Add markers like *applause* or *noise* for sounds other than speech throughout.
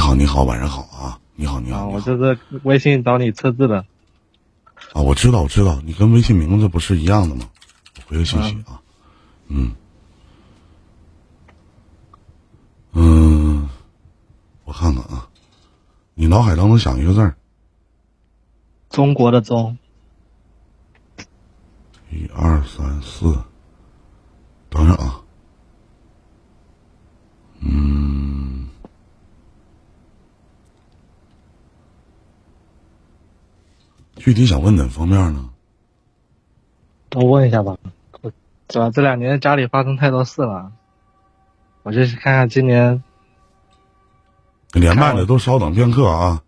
好，你好，晚上好啊！你好，你好，啊，你我好这是微信找你测字的。啊！我知道，我知道，你跟微信名字不是一样的吗？我回个信息啊，嗯，嗯，我看看啊，你脑海当中想一个字儿，中国的中，一二三四，等一下啊，嗯，具体想问哪方面呢？多问一下吧。我主要这两年家里发生太多事了，我就去看看今年连麦的都稍等片刻啊，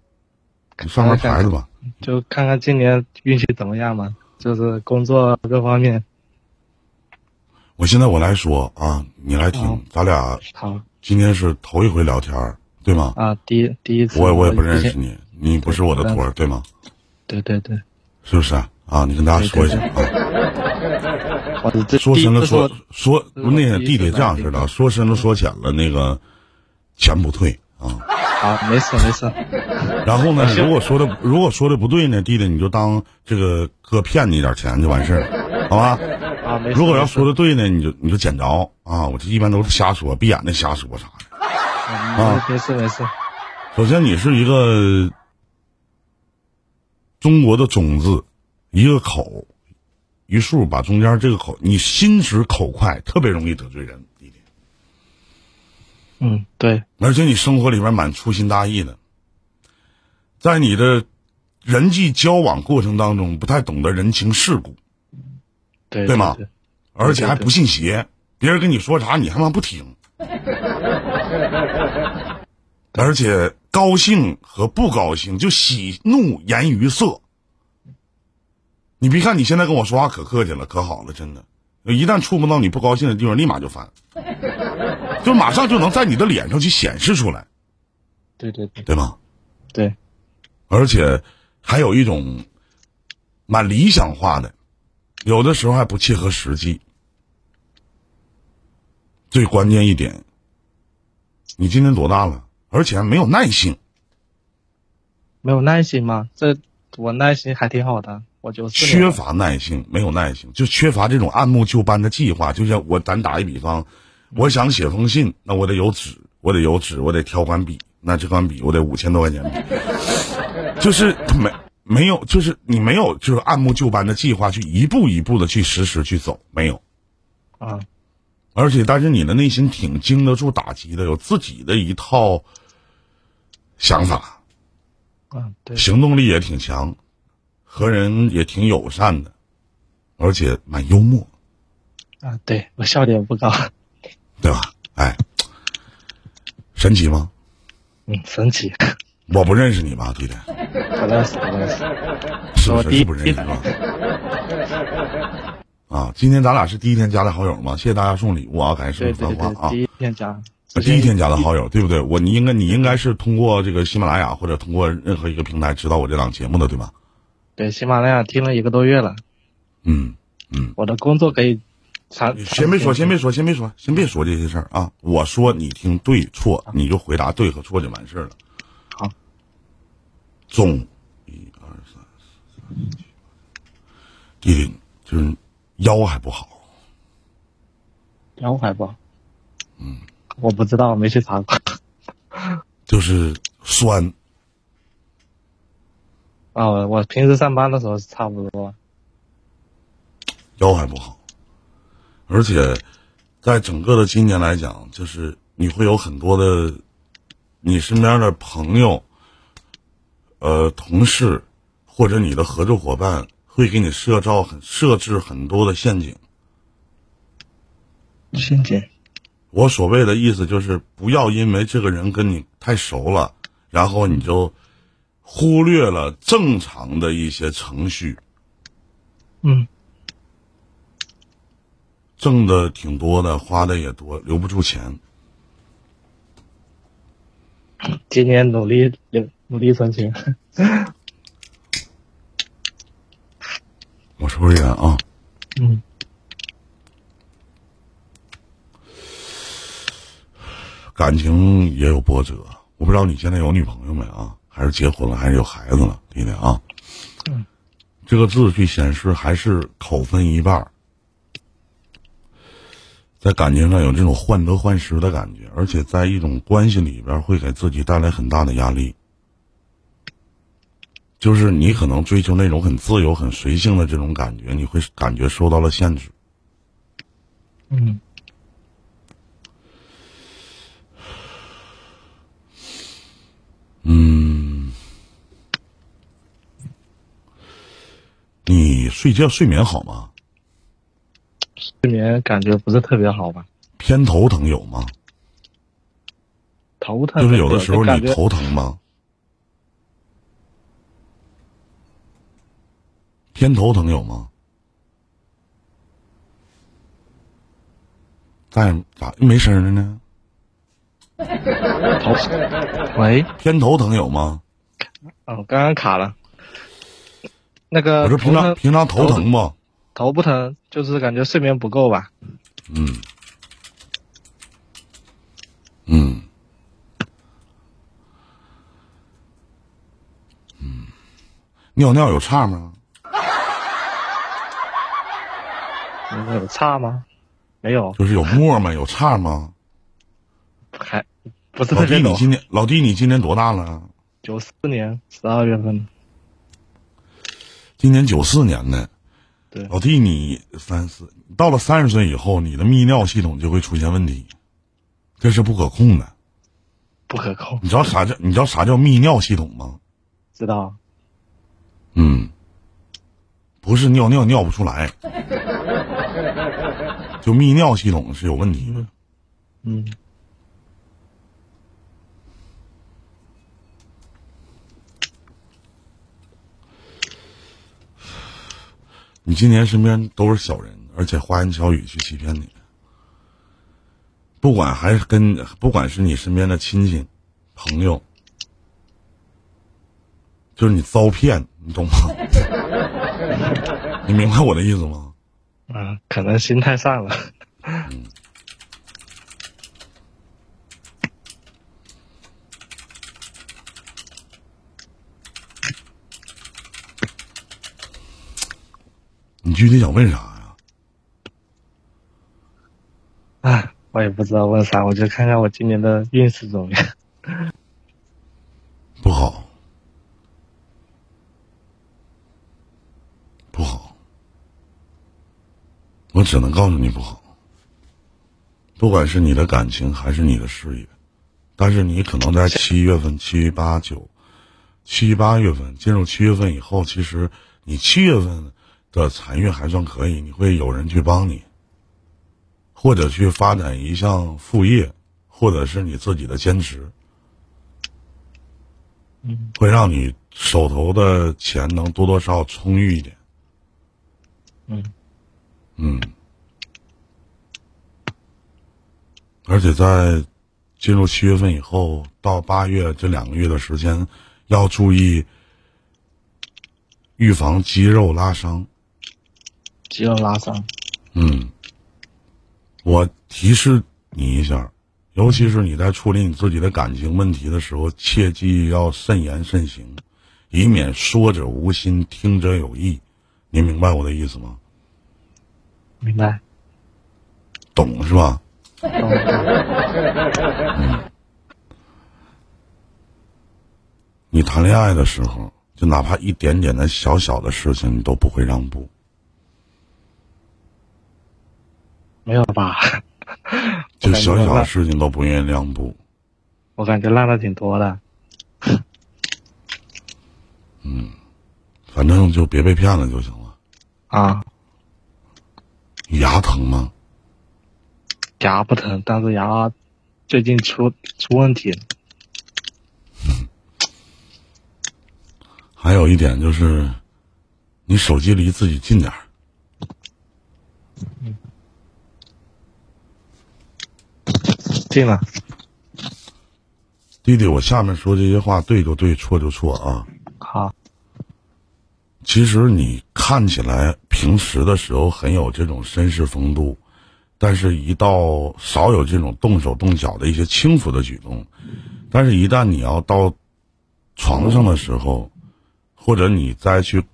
你上面排着吧。就看看今年运气怎么样嘛，就是工作各方面。我现在我来说啊，你来好听，咱俩好今天是头一回聊天儿，对吗？啊，第一第一次我也我也不认之识前。你，你不是我的徒儿，对吗？对对对，是不是啊？啊你跟大家说一下啊，我这说第一深了这是说我说这是我那个第弟一弟次这样来似这的，个说深了说浅了，那个钱不退啊。好，没事没事，然后呢，如果说的如果说的不对呢，弟弟你就当这个哥骗你点钱就完事儿了，好吧？啊没事。如果要说的的对呢，你就你就捡着啊！我这一般都是瞎说，闭眼的瞎说啥的。啊嗯没事没事，首先，你是一个中国的种子，一个口，一竖把中间这个口，你心直口快，特别容易得罪人，弟弟。嗯对，而且你生活里边蛮粗心大意的，在你的人际交往过程当中，不太懂得人情世故，对对吗对而且还对对不信邪，别人跟你说啥你他妈不听，而且高兴和不高兴就喜怒言于色。你别看你现在跟我说话可客气了，可好了，真的，一旦触碰到你不高兴的地方，立马就烦，就马上就能在你的脸上去显示出来，对对对对吧？对，而且还有一种蛮理想化的，有的时候还不切合实际。最关键一点，你今年多大了？而且还没有耐性。没有耐心嘛，这我耐心还挺好的，我就缺乏耐性，没有耐性，就缺乏这种按部就班的计划。就像我，咱打一比方，我想写封信，那我得有纸，我得有纸，我得挑管笔，那这管笔我得五千多块钱笔，就是没没有，就是你没有，就是按部就班的计划去一步一步的去实施去走，没有。啊而且，但是你的内心挺经得住打击的，有自己的一套想法，啊对行动力也挺强，和人也挺友善的，而且蛮幽默，啊对，我笑点不高， *laughs* 对吧？哎，神奇吗？嗯神奇，我不认识你吧，弟弟？不认识不认识，是不我是？哦第一是不认识是吧？啊，今天咱俩是第一天加的好友吗？谢谢大家送礼物啊，感谢对说说对繁花啊对，第。一天加，第一天加的好友，对不对？我你应该你应该是通过这个喜马拉雅或者通过任何一个平台知道我这档节目的，对吧？对喜马拉雅听了一个多月了，嗯，我的工作可以长，先别说，先别说，先别说，先别说这些事儿啊！我说你听对错，你就回答对和错就完事儿了。好，中，一二三四，弟弟就是腰还不好，然后还不，嗯，嗯我不知道，没去查过 *laughs* 就是酸，啊，我我平时上班的时候是差不多，腰还不好，而且在整个的今年来讲，就是你会有很多的你身边的朋友、呃同事或者你的合作伙伴会给你设造很设置很多的陷阱。陷阱我所谓的意思就是，不要因为这个人跟你太熟了，然后你就忽略了正常的一些程序。嗯，挣的挺多的，花的也多，留不住钱。今年努力努努力存 *laughs* 钱，我抽根烟啊。嗯，感情也有波折，我不知道你现在有女朋友没啊？还是结婚了？还是有孩子了？弟弟啊，嗯这个字据显示还是口分一半儿，在感情上有这种患得患失的感觉，而且在一种关系里边儿会给自己带来很大的压力。就是你可能追求那种很自由、很随性的这种感觉，你会感觉受到了限制。嗯嗯，你睡觉睡眠好吗？睡眠感觉不是特别好吧？偏头疼有吗？头 *laughs* 疼就是有的时候感你觉头疼吗？偏头疼有吗？在咋没声儿了呢？头，喂，偏头疼有吗？哦，刚刚卡了。那个我说平呃头常疼平常头疼不？头不疼，就是感觉睡眠不够吧？嗯，嗯，嗯，尿尿有差吗？嗯有差吗？没有，就是有沫吗？有差吗？还不是老 *laughs* 特弟，别你懂。今年老弟，你今年多大了？九四年十二月份，今年九四年的。对老弟，你三四到了三十岁以后，你的泌尿系统就会出现问题，这是不可控的。不可控，你知道啥叫你知道啥叫泌尿系统吗？知道？嗯，不是尿尿尿不出来，就泌尿系统是有问题的。嗯，你今年身边都是小人，而且花言巧语去欺骗你，不管还是跟不管是你身边的亲戚、朋友，就是你遭骗，你懂吗？ *laughs* 你明白我的意思吗？啊，可能心态上了。 *laughs* 你具体想问啥呀？唉，我也不知道问啥，我就看看我今年的运势怎么样。 *laughs* 不好，不好，我只能告诉你不好。不管是你的感情还是你的事业，但是你可能在七月份、七八九、七八月份进入七月份以后，其实你七月份的财运还算可以，你会有人去帮你，或者去发展一项副业，或者是你自己的兼职。嗯会让你手头的钱能多多少少充裕一点。嗯嗯，而且在进入七月份以后到八月这两个月的时间，要注意预防肌肉拉伤。肌肉拉伤。嗯，我提示你一下，尤其是你在处理你自己的感情问题的时候，切记要慎言慎行，以免说者无心，听者有意。您明白我的意思吗？明白。懂是吧？懂了你谈恋爱的时候，就哪怕一点点的小小的事情，你都不会让步。没有吧？就小小 *laughs* 的我感觉事情都不愿意让步，我感觉烂的挺多的。反正就别被骗了就行了。啊，你牙疼吗？牙不疼，但是牙最近出出问题了。还有一点就是，你手机离自己近点儿。进了，弟弟，我下面说这些话对就对，错就错啊。好，其实你看起来平时的时候很有这种绅士风度，但是一到少有这种动手动脚的一些轻浮的举动，但是，一旦你要到床上的时候，或者你再去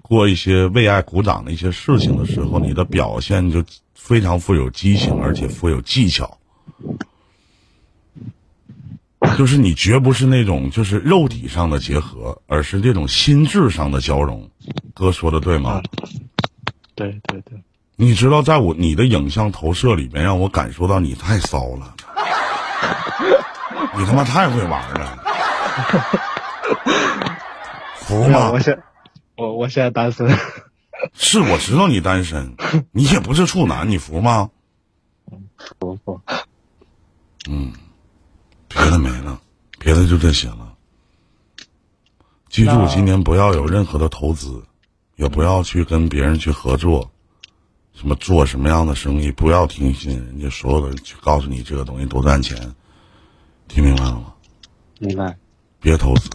过一些为爱鼓掌的一些事情的时候，你的表现就非常富有激情，而且富有技巧。就是你绝不是那种就是肉体上的结合，而是这种心智上的交融。哥说的对吗？对对对，你知道，在我你的影像投射里面，让我感受到你太骚了，你他妈太会玩了，服那吗我？现我我现在单身，是我知道你单身，你也不是处男，你服吗？不不，嗯别的没了，别的就这些了。记住那，今年不要有任何的投资，也不要去跟别人去合作，什么做什么样的生意，不要听信人家所有的人去告诉你这个东西多赚钱，听明白了吗？明白。别投资，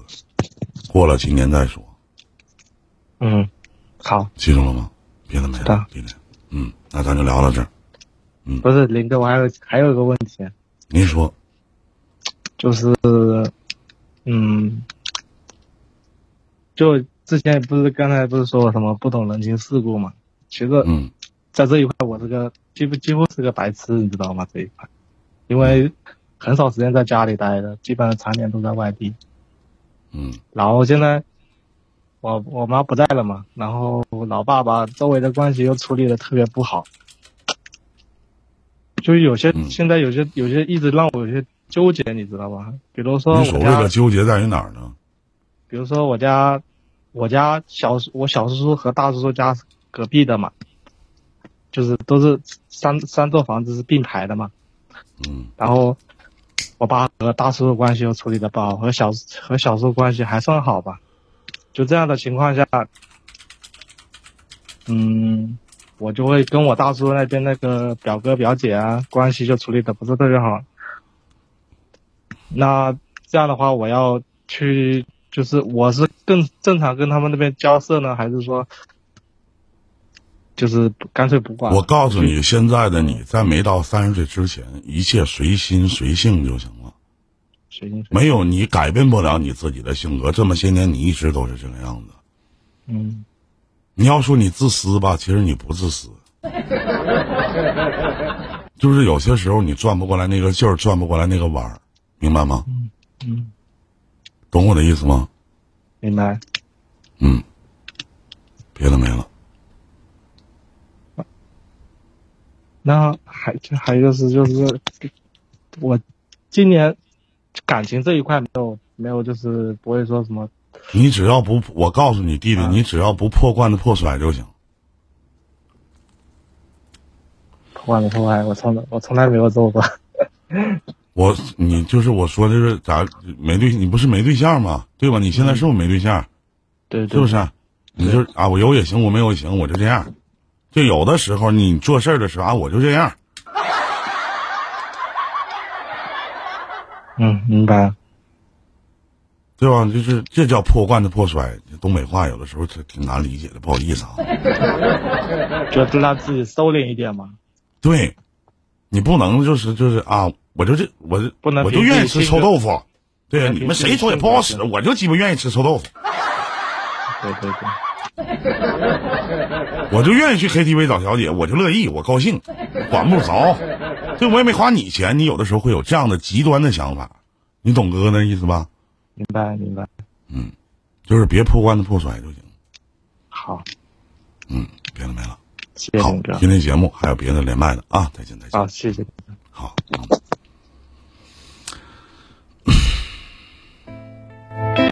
过了今年再说，嗯，好，记住了吗？别的没知道了，弟弟。嗯，那咱就聊到这儿。不是林哥，我还有还有一个问题，您说，就是，嗯，就之前不是刚才不是说我什么不懂人情世故嘛？其实嗯在这一块，我是个几乎几乎是个白痴，你知道吗？这一块，因为很少时间在家里待的，基本上常年都在外地。嗯然后现在我我妈不在了嘛，然后老爸把周围的关系又处理的特别不好，就是有些、嗯现在有些有些一直让我有些纠结，你知道吗？比如说您所我谓的家，纠结在于哪儿呢？比如说我家，我家小我小叔叔和大叔叔家是隔壁的嘛，就是都是三三座房子是并排的嘛，嗯然后我爸和大叔的关系又处理的不好，和小和小叔关系还算好吧。就这样的情况下，嗯，我就会跟我大叔那边那个表哥表姐啊，关系就处理的不是特别好。那这样的话，我要去，就是我是更正常跟他们那边交涉呢，还是说，就是干脆不管？我告诉你，现在的你在没到三十岁之前，一切随心随性就行了。随心随没有你改变不了你自己的性格，这么些年你一直都是这个样子。嗯，你要说你自私吧，其实你不自 *laughs* 私，就是有些时候你转不过来那个劲儿，转不过来那个弯儿，明白吗？嗯，懂我的意思吗？明白。嗯，别的没了。那还就还有就是就是，我今年感情这一块没有没有就是不会说什么你只要不，我告诉你弟啊弟，你只要不破罐子破摔就行。破坏的破坏，我从来我从来没有做过。我你就是我说的是咋没对，你不是没对象吗？对吧？你现在是不是没对象？对是嗯对，不是？你就啊，我有也行，我没有也行，我就这样。就有的时候你做事儿的时候啊，我就这样。嗯，明白了。对吧？就是这叫破罐子破摔，东北话有的时候挺挺难理解的，不好意 *laughs* 思啊。就让自己收敛一点嘛，对，你不能就是就是啊，我就这我就不能我就凭自己愿意吃性臭格豆腐。对，啊能你凭们自己谁说也性不格好去使，我就鸡巴愿意吃臭豆腐，对对对，我就愿意去 KTV 找小姐，我就乐意，我高兴，管不着。对，我也没花你钱，你有的时候会有这样的极端的想法，你懂哥哥那意思吧？明白明白。就是别破罐子破摔就行。好，嗯，别的没了。谢谢好你哥，今天节目还有别的连麦的啊，再见再见。好，谢谢。好。嗯